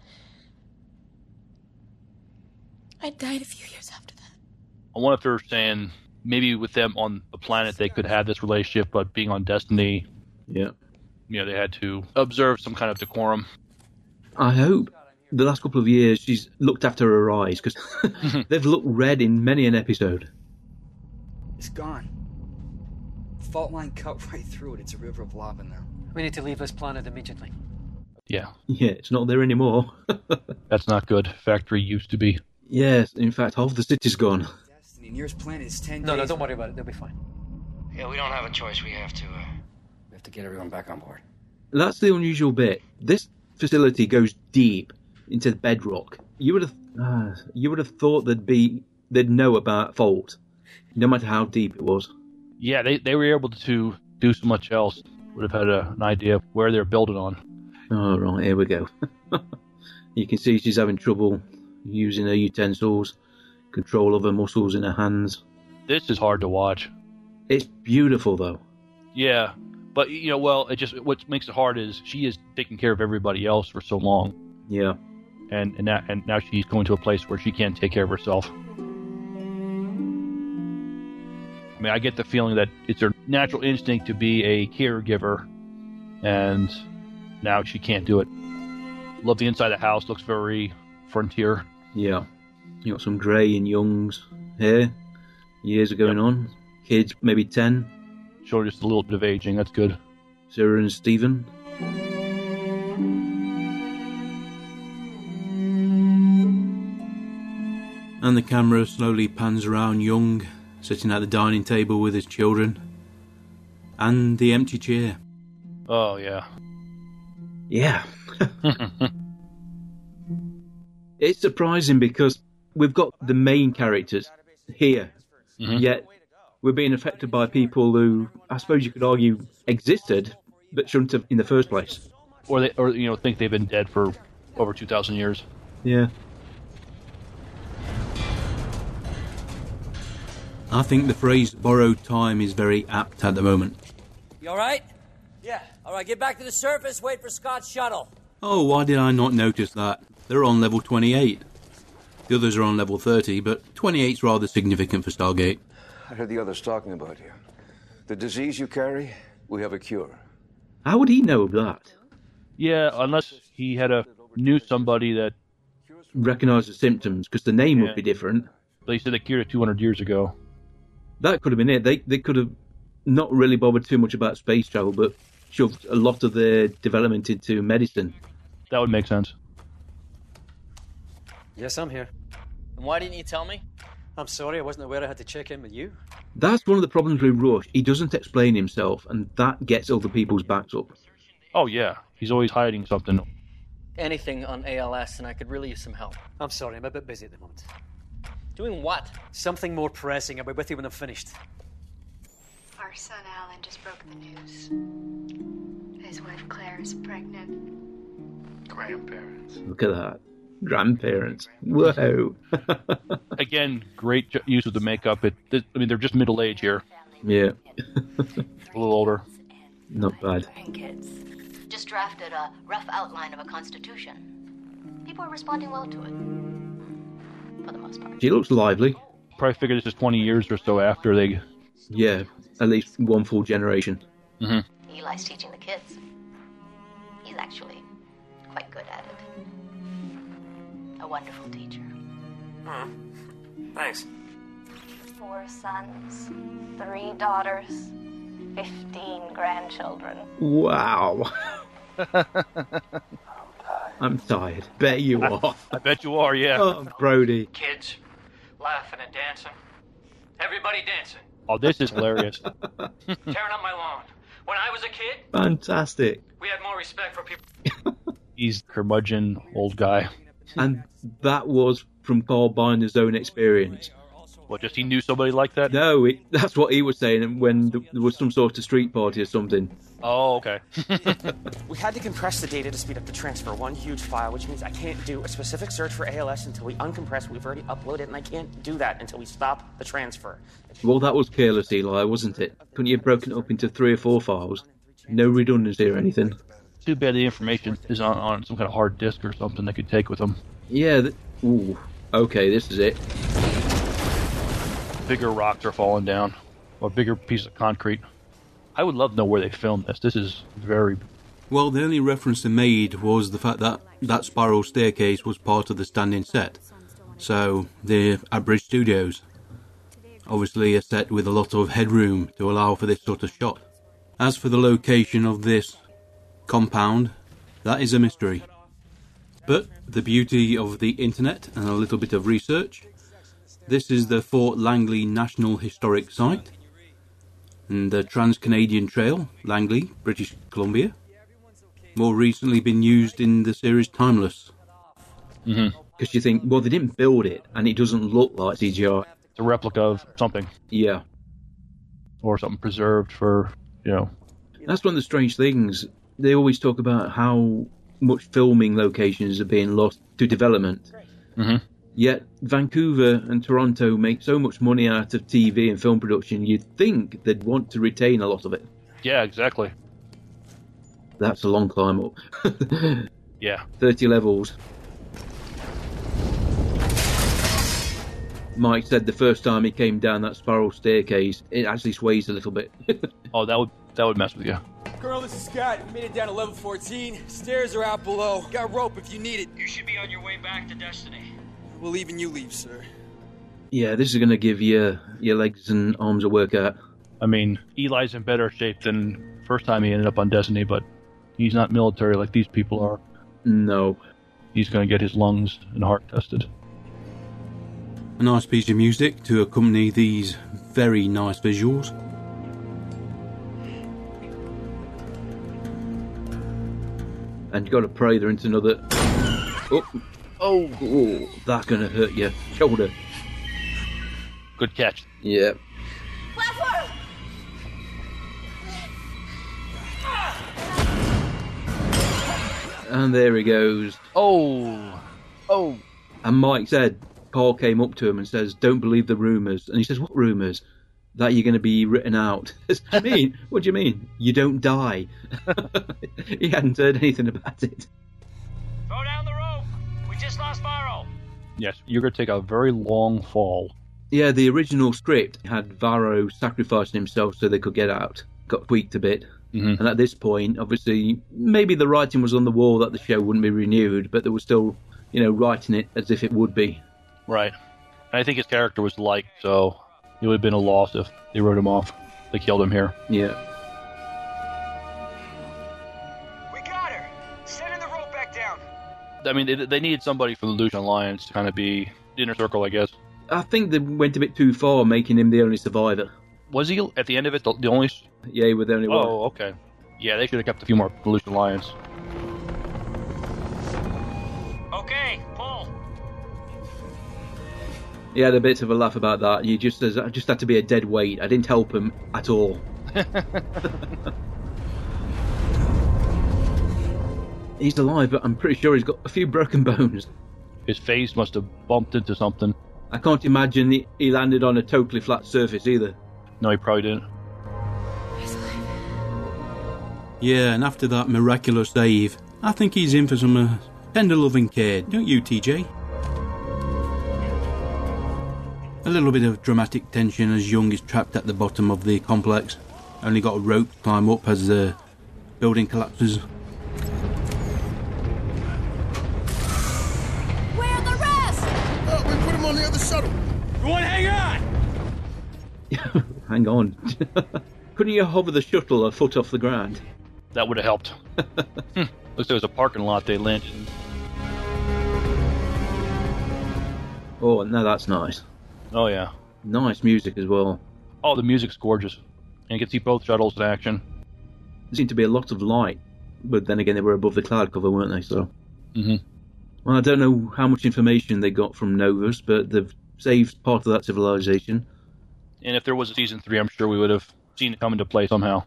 I died a few years after that.
I wonder if they're saying maybe with them on the planet they could have this relationship, but being on Destiny,
Yeah.
you know, they had to observe some kind of decorum.
I hope the last couple of years she's looked after her eyes because they've looked red in many an episode.
It's gone. Fault line cut right through it. It's a river of lava now.
We need to leave this planet immediately.
Yeah,
Yeah, it's not there anymore.
that's not good. Factory used to be.
yes, in fact, half the city's gone.
Destiny, nearest planet is 10
No, no,
days-
don't worry about it. They'll be fine.
Yeah, we don't have a choice. We have to, uh... We have to get everyone back on board.
That's the unusual bit. This facility goes deep into the bedrock. You would have, uh, you would have thought they'd be, they'd know about fault, no matter how deep it was.
Yeah, they, they were able to do so much else. Would have had a, an idea of where they're building on.
All right, here we go. you can see she's having trouble using her utensils, control of her muscles in her hands.
This is hard to watch.
It's beautiful though.
Yeah, but you know, well, it just what makes it hard is she is taking care of everybody else for so long,
Yeah.
and and now, and now she's going to a place where she can't take care of herself. I mean, I get the feeling that it's her natural instinct to be a caregiver, and now she can't do it. Love the inside of the house; looks very frontier.
Yeah. You got some grey and Young's hair. Years are going on. Kids, maybe 10.
Showing just a little bit of aging. That's good.
Sarah and Stephen. And the camera slowly pans around Young, sitting at the dining table with his children. And the empty chair.
Oh yeah.
Yeah. it's surprising because we've got the main characters here, yet we're being affected by people who, I suppose you could argue, existed but shouldn't have in the first place.
or they or you know think they've been dead for over 2000 years
Yeah. I think the phrase borrowed time is very apt at the moment.
You all right?
Yeah.
All right, get back to the surface, wait for Scott's shuttle.
Oh, why did I not notice that? They're on level 28. The others are on level 30, but 28's rather significant for Stargate.
I heard the others talking about you. The disease you carry, we have a cure.
How would he know of that?
Yeah, unless he had a knew somebody that
recognized the symptoms, because the name would be different.
They said they cured it 200 years ago.
That could have been it. They they could have not really bothered too much about space travel, but shoved a lot of their development into medicine.
That would make sense.
Yes, I'm here.
And why didn't you tell me?
I'm sorry, I wasn't aware I had to check in with you.
That's one of the problems with Rush. He doesn't explain himself, and that gets other people's backs up.
Oh yeah, he's always hiding something.
Anything on ALS, and I could really use some help.
I'm sorry, I'm a bit busy at the moment.
Doing what?
Something more pressing. I'll be with you when I'm finished.
Our son Alan just broke the news. His wife Claire is pregnant.
Grandparents.
Look at that. Grandparents. Whoa.
Again, great ju- use of the makeup. It, th- I mean, they're just middle age here.
Yeah.
a little older.
Not bad.
Grandkids. Just drafted a rough outline of a constitution. People are responding well to it. For the most part.
She looks lively.
Probably figure this is 20 years or so after they.
Yeah, at least one full generation.
Mm-hmm.
Eli's teaching the kids. He's actually quite good at it a wonderful teacher.
Hmm. Thanks.
Four sons, three daughters, 15 grandchildren.
Wow. I'm tired. Bet you are.
I bet you are, yeah.
Oh, Brody.
Kids laughing and dancing. Everybody dancing.
Oh, this is hilarious.
Tearing up my lawn. When I was a kid,
fantastic.
We had more respect for people.
He's curmudgeon old guy
and that was from Carl Binder's own experience.
Well, just he knew somebody like that.
No, it, that's what he was saying. when there was some sort of street party or something.
Oh, okay.
we had to compress the data to speed up the transfer. One huge file, which means I can't do a specific search for ALS until we uncompress what we've already uploaded, and I can't do that until we stop the transfer.
Well, that was careless, Eli, wasn't it? Couldn't you have broken it up into three or four files? No redundancy or anything
too bad the information is on, on, some kind of hard disk or something they could take with them.
Yeah. Th- ooh. Okay, this is it.
Bigger rocks are falling down, or bigger pieces of concrete. I would love to know where they filmed this. This is very.
Well, the only reference they made was the fact that that spiral staircase was part of the standing set. So, the Abridge Studios. Obviously, a set with a lot of headroom to allow for this sort of shot. As for the location of this compound, that is a mystery. But the beauty of the internet and a little bit of research, this is the Fort Langley National Historic Site and the Trans Canadian Trail, Langley, British Columbia. More recently been used in the series Timeless.
Because mm-hmm.
you think, well, they didn't build it and it doesn't look like CGI.
It's a replica of something.
Yeah.
Or something preserved for, you know.
That's one of the strange things they always talk about how much filming locations are being lost to development.
Mm-hmm.
Yet Vancouver and Toronto make so much money out of TV and film production, you'd think they'd want to retain a lot of it.
Yeah, exactly.
That's a long climb up.
yeah.
30 levels. Mike said the first time he came down that spiral staircase, it actually sways a little bit.
oh, that would that would mess with you.
Colonel, this is Scott. We made it down to level 14. Stairs are out below. Got rope if you need it.
You should be on your way back to Destiny.
We'll even you leave, sir.
Yeah, this is going to give you your legs and arms a workout.
I mean, Eli's in better shape than first time he ended up on Destiny, but he's not military like these people are.
No.
He's going to get his lungs and heart tested.
A nice piece of music to accompany these very nice visuals. and you've got to pray there into another. Oh,
oh,
oh that's going to hurt your shoulder.
Good catch.
Yeah.
Platform!
And there he goes.
Oh, oh.
And Mike said Paul came up to him and says, "Don't believe the rumors." And he says, "What rumors?" That you're going to be written out. I mean, what do you mean? You don't die. he hadn't heard anything about it.
Throw down the rope. We just lost Varro.
Yes, you're going to take a very long fall.
Yeah, the original script had Varro sacrificing himself so they could get out. Got tweaked a bit.
Mhm.
And at this point, obviously, maybe the writing was on the wall that the show wouldn't be renewed, but they were still, you know, writing it as if it would be.
Right. And I think his character was liked, so it would have been a loss if they wrote him off. They killed him here.
Yeah.
I mean, they, they needed somebody from the Lucian Alliance to kind of be the inner circle, I guess.
I think they went a bit too far making him the only survivor.
Was he at the end of it the, the only?
Yeah, he was the only one.
Oh, okay. Yeah, they should have kept a few more from the Lucian Alliance.
Okay, pull.
He had a bit of a laugh about that. He just says, I just had to be a dead weight. I didn't help him at all. he's alive, but I'm pretty sure he's got a few broken bones.
His face must have bumped into something.
I can't imagine he- he landed on a totally flat surface either.
No, he probably didn't.
Yeah, and after that miraculous save, I think he's in for some uh, tender loving care, don't you, TJ? A little bit of dramatic tension as Young is trapped at the bottom of the complex. Only got a rope to climb up as the building collapses.
Where the rest? Oh, we put him on the other shuttle. You want to hang on?
Hang on. Couldn't you hover the shuttle a foot off the ground?
That would have helped. Hmm. Looks like it was a parking lot they landed. in.
Oh, no, that's nice.
Oh, yeah.
Nice music as well.
Oh, the music's gorgeous. And you can see both shuttles in action.
There seemed to be a lot of light, but then again, they were above the cloud cover, weren't they? So,
Mm-hmm.
well, I don't know how much information they got from Novus, but they've saved part of that civilization.
And if there was a season three, I'm sure we would have seen it come into play somehow.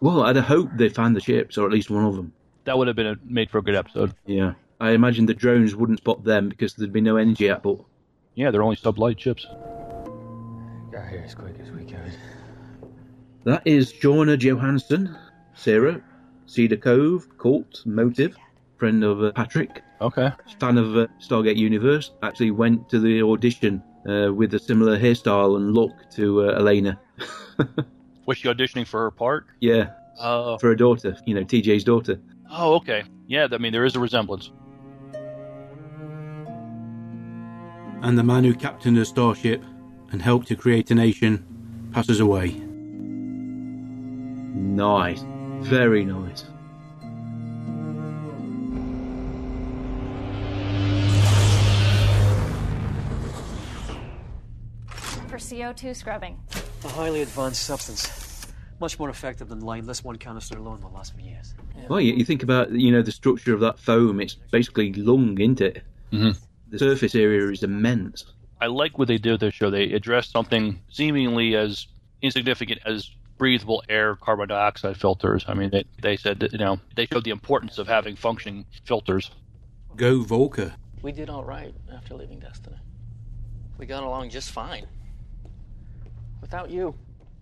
Well, I'd hope they found the ships, or at least one of them.
That would have been a, made for a good episode.
Yeah. I imagine the drones wouldn't spot them because there'd be no energy output.
Yeah, they're only sublight ships.
Got here as quick as we could.
That is Jorna Johansson, Sarah, Cedar Cove, Colt, Motive, friend of uh, Patrick.
Okay.
Fan of uh, Stargate Universe. Actually went to the audition uh, with a similar hairstyle and look to uh, Elena.
Was she auditioning for her part?
Yeah.
Oh.
For her daughter, you know, TJ's daughter.
Oh, okay. Yeah, I mean, there is a resemblance.
And the man who captained the starship and helped to create a nation passes away.
Nice. Very nice.
For CO2 scrubbing.
A highly advanced substance. Much more effective than mindless one canister alone will last for years.
Well, you, you think about, you know, the structure of that foam. It's basically lung, isn't it?
Mhm.
The surface area is immense.
I like what they did with this show. They addressed something seemingly as insignificant as breathable air carbon dioxide filters. I mean, they, they said that, you know, they showed the importance of having functioning filters.
Go Volker.
We did all right after leaving Destiny. We got along just fine. Without you.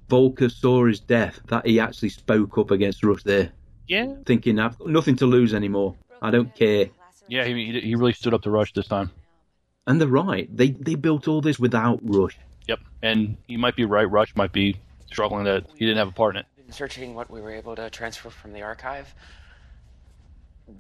Volker saw his death, that he actually spoke up against Rush there,
Yeah.
thinking, I've got nothing to lose anymore. I don't care.
Yeah, he, he- he really stood up to Rush this time.
And they're right. They, they built all this without Rush.
Yep. And you might be right. Rush might be struggling that he didn't have a part in it.
In searching what we were able to transfer from the archive,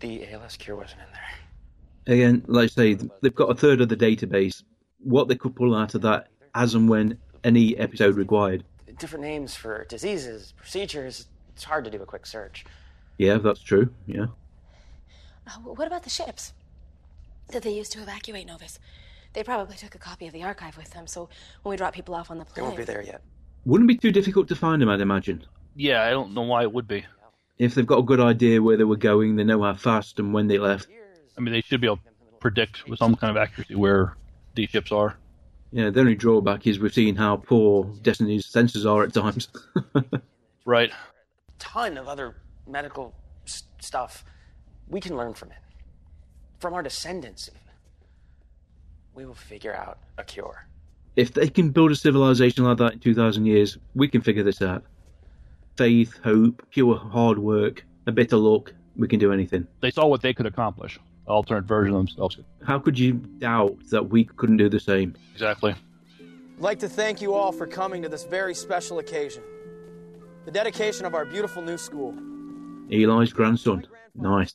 the ALS cure wasn't in there.
Again, like I say, they've got a third of the database. What they could pull out of that as and when any episode required.
Different names for diseases, procedures. It's hard to do a quick search.
Yeah, that's true. Yeah.
Uh, wh- what about the ships that they used to evacuate Novus? They probably took a copy of the archive with them, so when we drop people off on the
They
planet,
won't be there yet.
Wouldn't be too difficult to find them, I'd imagine.
Yeah, I don't know why it would be.
If they've got a good idea where they were going, they know how fast and when they left.
I mean, they should be able to predict with some kind of accuracy where these ships are.
Yeah, the only drawback is we've seen how poor Destiny's sensors are at times.
Right.
Ton of other medical s- stuff. We can learn from it. From our descendants.
We will figure out a cure.
If they can build a civilization like that in 2,000 years, we can figure this out. Faith, hope, pure hard work, a bit of luck, we can do anything.
They saw what they could accomplish. Alternate version of themselves.
How could you doubt that we couldn't do the same?
Exactly.
I'd like to thank you all for coming to this very special occasion the dedication of our beautiful new school.
Eli's grandson. Nice.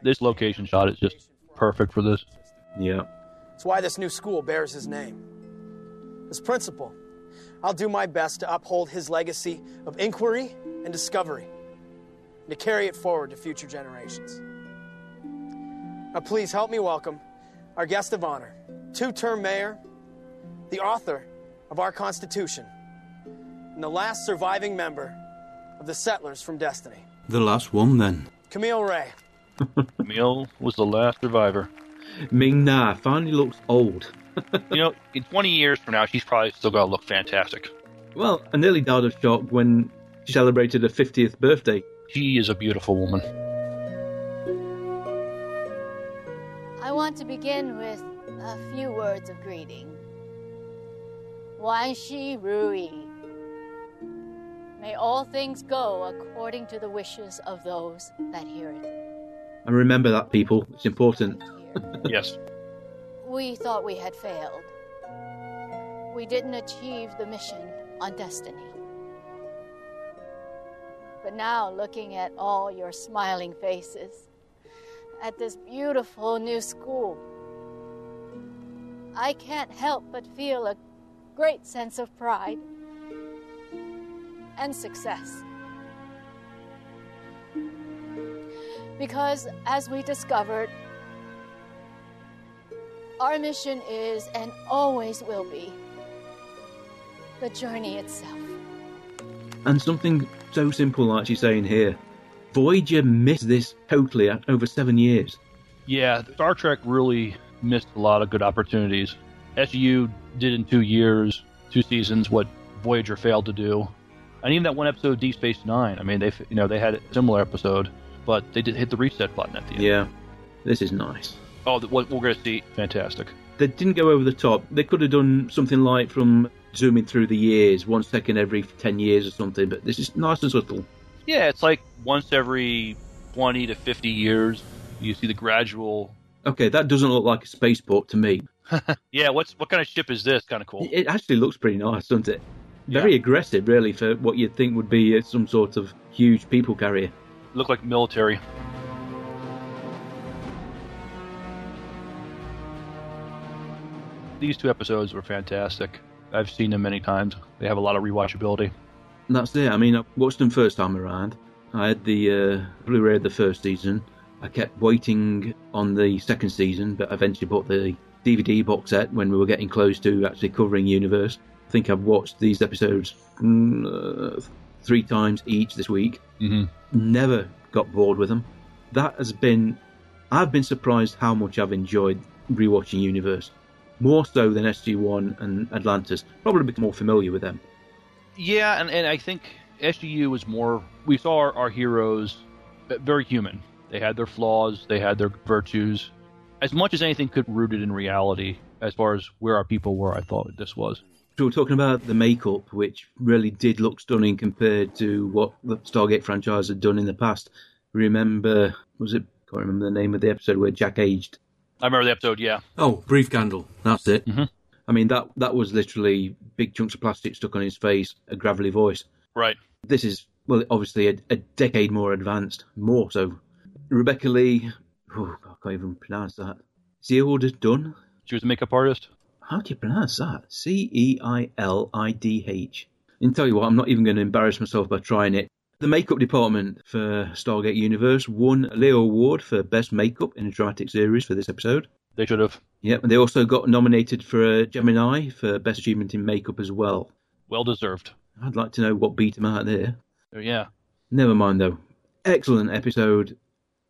This location shot is just perfect for this.
Yeah.
It's why this new school bears his name. As principal, I'll do my best to uphold his legacy of inquiry and discovery and to carry it forward to future generations. Now, please help me welcome our guest of honor, two term mayor, the author of our Constitution, and the last surviving member of the Settlers from Destiny,
The last one, then.
Camille Ray.
Camille was the last survivor.
Ming Na finally looks old.
you know, in 20 years from now, she's probably still going to look fantastic.
Well, I nearly died of shock when she celebrated her 50th birthday.
She is a beautiful woman.
I want to begin with uh, a few words of greeting. Wanshi Rui. May all things go according to the wishes of those that hear it.
And remember that, people. It's important.
yes.
We thought we had failed. We didn't achieve the mission on destiny. But now, looking at all your smiling faces, at this beautiful new school, I can't help but feel a great sense of pride and success. Because, as we discovered, our mission is and always will be the journey itself.
And something so simple like she's saying here Voyager missed this totally at over seven years.
Yeah, Star Trek really missed a lot of good opportunities. SU did in two years, two seasons, what Voyager failed to do, and even that one episode, of Deep Space Nine. I mean, they you know they had a similar episode, but they did hit the reset button at the end.
Yeah, this is nice.
Oh, the, what we're going to see, fantastic.
They didn't go over the top. They could have done something like from zooming through the years, one second every 10 years or something, but this is nice and subtle.
Yeah, it's like once every 20 to 50 years, you see the gradual.
Okay, that doesn't look like a spaceport to me.
Yeah, what's what kind of ship is this? Kind of cool.
It actually looks pretty nice, doesn't it? Very aggressive, really, for what you'd think would be uh, some sort of huge people carrier.
Look like military. These two episodes were fantastic. I've seen them many times. They have a lot of rewatchability.
And that's it. I mean, I watched them first time around. I had the uh, Blu-ray of the first season. I kept waiting on the second season, but eventually bought the DVD box set when we were getting close to actually covering Universe. I think I've watched these episodes mm, uh, three times each this week.
Mm-hmm.
Never got bored with them. That has been. I've been surprised how much I've enjoyed rewatching Universe. More so than SG1 and Atlantis. Probably because I'm more familiar with them.
Yeah, and, and I think SGU was more. We saw our, our heroes uh, very human. They had their flaws, they had their virtues. As much as anything could root it in reality, as far as where our people were, I thought this was.
So we're talking about the makeup, which really did look stunning compared to what the Stargate franchise had done in the past. Remember, was it? Can't remember the name of the episode where Jack aged.
I remember the episode, yeah.
Oh, brief Gandalf. That's it.
Mhm.
I mean that that was literally big chunks of plastic stuck on his face, a gravelly voice.
Right.
This is well, obviously a, a decade more advanced, more so. Rebecca Lee, oh, I can't even pronounce that. Zeilda Dunn.
She was a makeup artist.
How do you pronounce that? C E I L I D H. And tell you what, I'm not even going to embarrass myself by trying it. The makeup department for Stargate Universe won a Leo Award for Best Makeup in a Dramatic Series for this episode.
They should have.
Yep, and they also got nominated for uh, Gemini for Best Achievement in Makeup as well.
Well deserved.
I'd like to know what beat them out there.
So, yeah.
Never mind though. Excellent episode.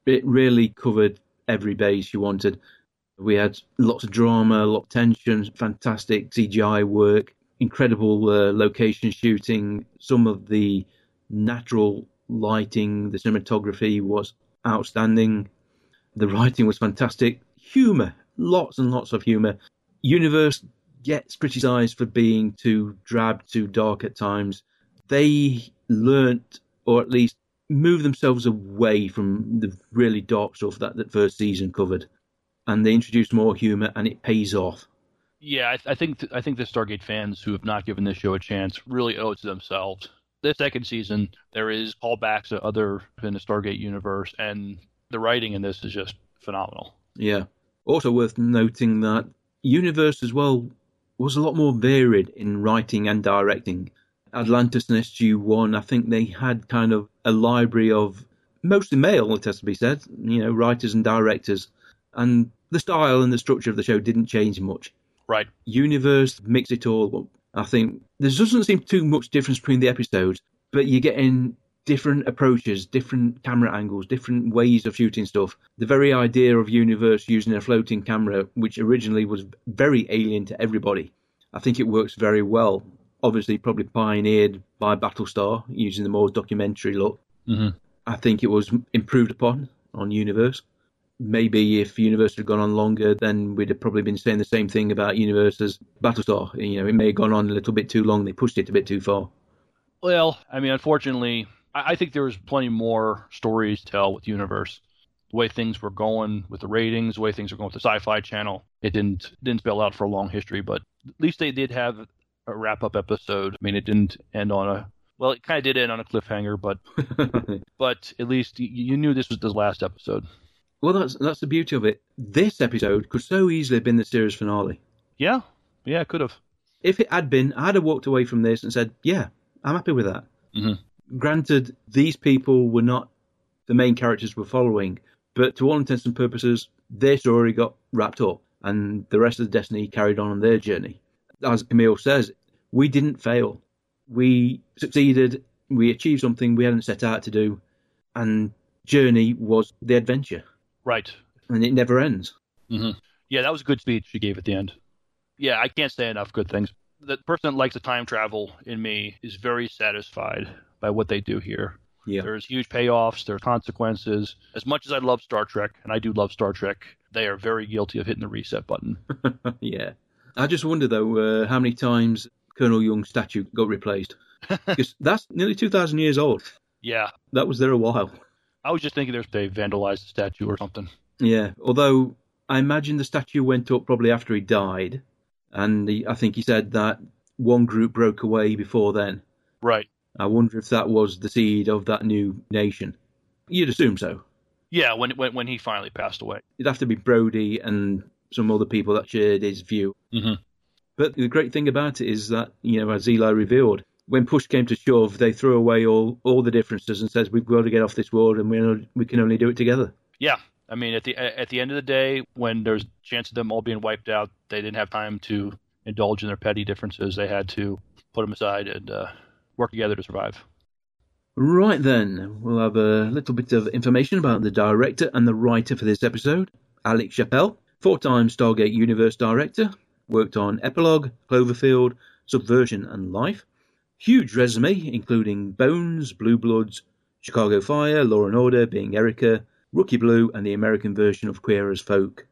It really covered every base you wanted. We had lots of drama, a lot of tension, fantastic CGI work, incredible uh, location shooting. Some of the natural lighting, the cinematography was outstanding. The writing was fantastic. Humor, lots and lots of humor. Universe gets criticized for being too drab, too dark at times. They learnt, or at least moved themselves away from the really dark stuff that that first season covered, and they introduced more humor, and it pays off.
Yeah, I, I think th- I think the Stargate fans who have not given this show a chance really owe it to themselves. The second season, there is callbacks to other in the Stargate universe, and the writing in this is just phenomenal.
Yeah. Also worth noting that Universe as well was a lot more varied in writing and directing. Atlantis and SG1, I think they had kind of a library of mostly male, it has to be said, you know, writers and directors. And the style and the structure of the show didn't change much.
Right.
Universe mixed it all up. I think there doesn't seem too much difference between the episodes, but you're getting different approaches, different camera angles, different ways of shooting stuff. The very idea of Universe using a floating camera, which originally was very alien to everybody, I think it works very well. Obviously, probably pioneered by Battlestar using the more documentary look.
Mm-hmm.
I think it was improved upon on Universe. Maybe if Universe had gone on longer, then we'd have probably been saying the same thing about Universe as Battlestar. You know, it may have gone on a little bit too long. They pushed it a bit too far.
Well, I mean, unfortunately, I, I think there was plenty more stories to tell with Universe. The way things were going with the ratings, the way things were going with the Sci-Fi Channel, it didn't didn't spell out for a long history, but at least they did have a wrap-up episode. I mean, it didn't end on a well, it kind of did end on a cliffhanger, but but at least you, you knew this was the last episode.
Well, that's that's the beauty of it. This episode could so easily have been the series finale.
Yeah, yeah, it could have.
If it had been, I'd have walked away from this and said, "Yeah, I'm happy with that."
Mm-hmm.
granted, these people were not the main characters we're following, but to all intents and purposes, their story got wrapped up, and the rest of the Destiny carried on on their journey. As Emil says, we didn't fail. We succeeded, we achieved something we hadn't set out to do, and Journey was the adventure.
Right.
And it never ends.
Mm-hmm. Yeah, that was a good speech she gave at the end. Yeah, I can't say enough good things. The person that likes the time travel in me is very satisfied by what they do here.
Yeah.
There's huge payoffs, there are consequences. As much as I love Star Trek, and I do love Star Trek, they are very guilty of hitting the reset button.
yeah. I just wonder, though, uh, how many times Colonel Young's statue got replaced. Because that's nearly 2,000 years old.
Yeah.
That was there a while.
I was just thinking there's they vandalized the statue or something.
Yeah. Although I imagine the statue went up probably after he died. And he, I think he said that one group broke away before then.
Right.
I wonder if that was the seed of that new nation. You'd assume so.
Yeah, when when when he finally passed away,
it'd have to be Brody and some other people that shared his view.
Mm-hmm.
But the great thing about it is that you know, as Eli revealed, when push came to shove, they threw away all all the differences and says we've got to get off this world and we we can only do it together.
Yeah. I mean, at the at the end of the day, when there's a chance of them all being wiped out, they didn't have time to indulge in their petty differences. They had to put them aside and uh, work together to survive.
Right then, we'll have a little bit of information about the director and the writer for this episode. Alex Chappelle, four time Stargate Universe director, worked on Epilogue, Cloverfield, Subversion, and Life. Huge resume, including Bones, Blue Bloods, Chicago Fire, Law and Order, Being Erica, Rookie Blue, and the American version of Queer as Folk.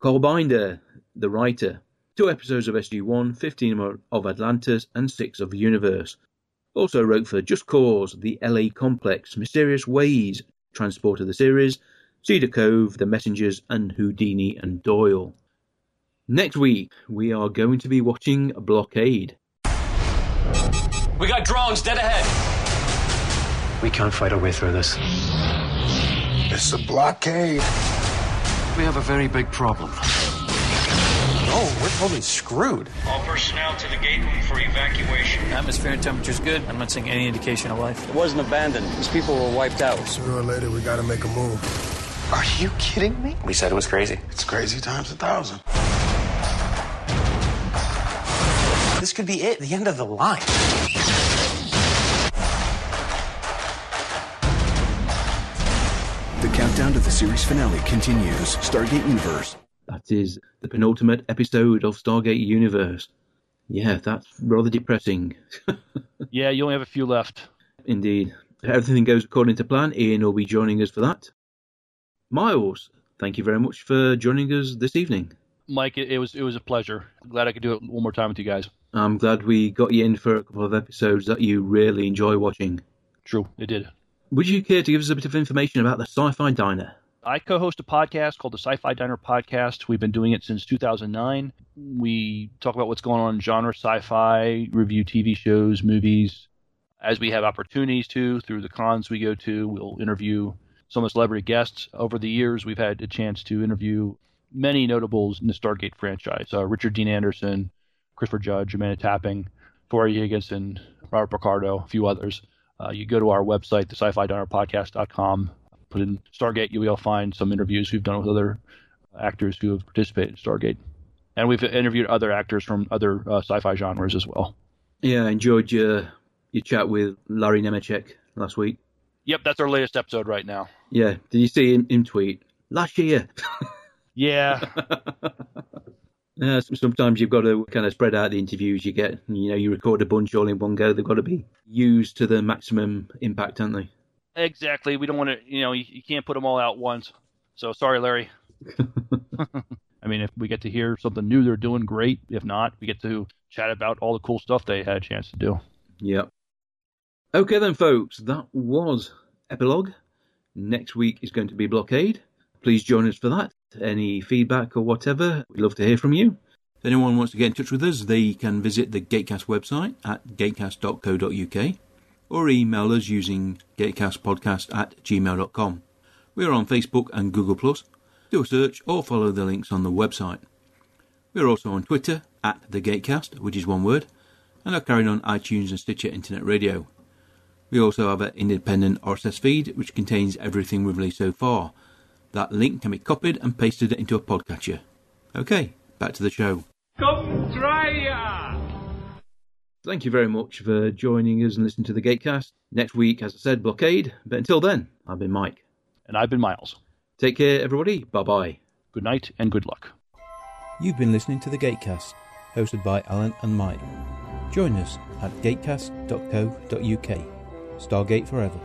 Carl Binder, the writer, two episodes of SG1, 15 of Atlantis, and six of Universe. Also wrote for Just Cause, The LA Complex, Mysterious Ways, Transport of the Series, Cedar Cove, The Messengers, and Houdini and Doyle. Next week, we are going to be watching Blockade.
We got drones dead ahead.
We can't fight our way through this.
It's a blockade.
We have a very big problem.
Oh, we're totally screwed.
All personnel to the gate room for evacuation.
Atmospheric temperature's good. I'm not seeing any indication of life.
It wasn't abandoned. These people were wiped out.
Sooner or later, we gotta make a move.
Are you kidding me?
We said it was crazy.
It's crazy times a thousand.
This could be it, the end of the line.
The countdown to the series finale continues. Stargate Universe.
That is the penultimate episode of Stargate Universe. Yeah, that's rather depressing.
yeah, you only have a few left.
Indeed. If everything goes according to plan, Ian will be joining us for that. Miles, thank you very much for joining us this evening.
Mike, it, it was it was a pleasure. Glad I could do it one more time with you guys.
I'm glad we got you in for a couple of episodes that you really enjoy watching.
True, it did.
Would you care to give us a bit of information about the Sci Fi Diner?
I co host a podcast called the Sci Fi Diner Podcast. We've been doing it since 2009. We talk about what's going on in genre sci fi, review TV shows, movies. As we have opportunities to, through the cons we go to, we'll interview some of the celebrity guests. Over the years, we've had a chance to interview many notables in the Stargate franchise uh, Richard Dean Anderson, Christopher Judge, Amanda Tapping, Tori Higgins, and Robert Picardo, a few others. Uh, you go to our website, the sci fi diner podcast.com, put in Stargate, you'll find some interviews we've done with other uh, actors who have participated in Stargate. And we've interviewed other actors from other uh, sci fi genres as well.
Yeah, I enjoyed your, your chat with Larry Nemechek last week.
Yep, that's our latest episode right now.
Yeah, did you see him, him tweet? Last year.
yeah.
Uh, sometimes you've got to kind of spread out the interviews you get. You know, you record a bunch all in one go. They've got to be used to the maximum impact, aren't they?
Exactly. We don't want to, you know, you, you can't put them all out once. So sorry, Larry. I mean, if we get to hear something new, they're doing great. If not, we get to chat about all the cool stuff they had a chance to do.
Yep. Okay, then, folks, that was Epilogue. Next week is going to be Blockade. Please join us for that any feedback or whatever, we'd love to hear from you.
If anyone wants to get in touch with us, they can visit the Gatecast website at gatecast.co.uk or email us using gatecastpodcast at gmail.com. We are on Facebook and Google. Plus. Do a search or follow the links on the website. We are also on Twitter at the Gatecast, which is one word, and are carried on iTunes and Stitcher Internet Radio. We also have an independent RSS feed which contains everything we've released so far. That link can be copied and pasted into a podcatcher. Okay, back to the show.
Come try ya!
Thank you very much for joining us and listening to the Gatecast. Next week, as I said, blockade. But until then, I've been Mike.
And I've been Miles.
Take care, everybody. Bye bye.
Good night and good luck.
You've been listening to the Gatecast, hosted by Alan and Mike. Join us at gatecast.co.uk. Stargate forever.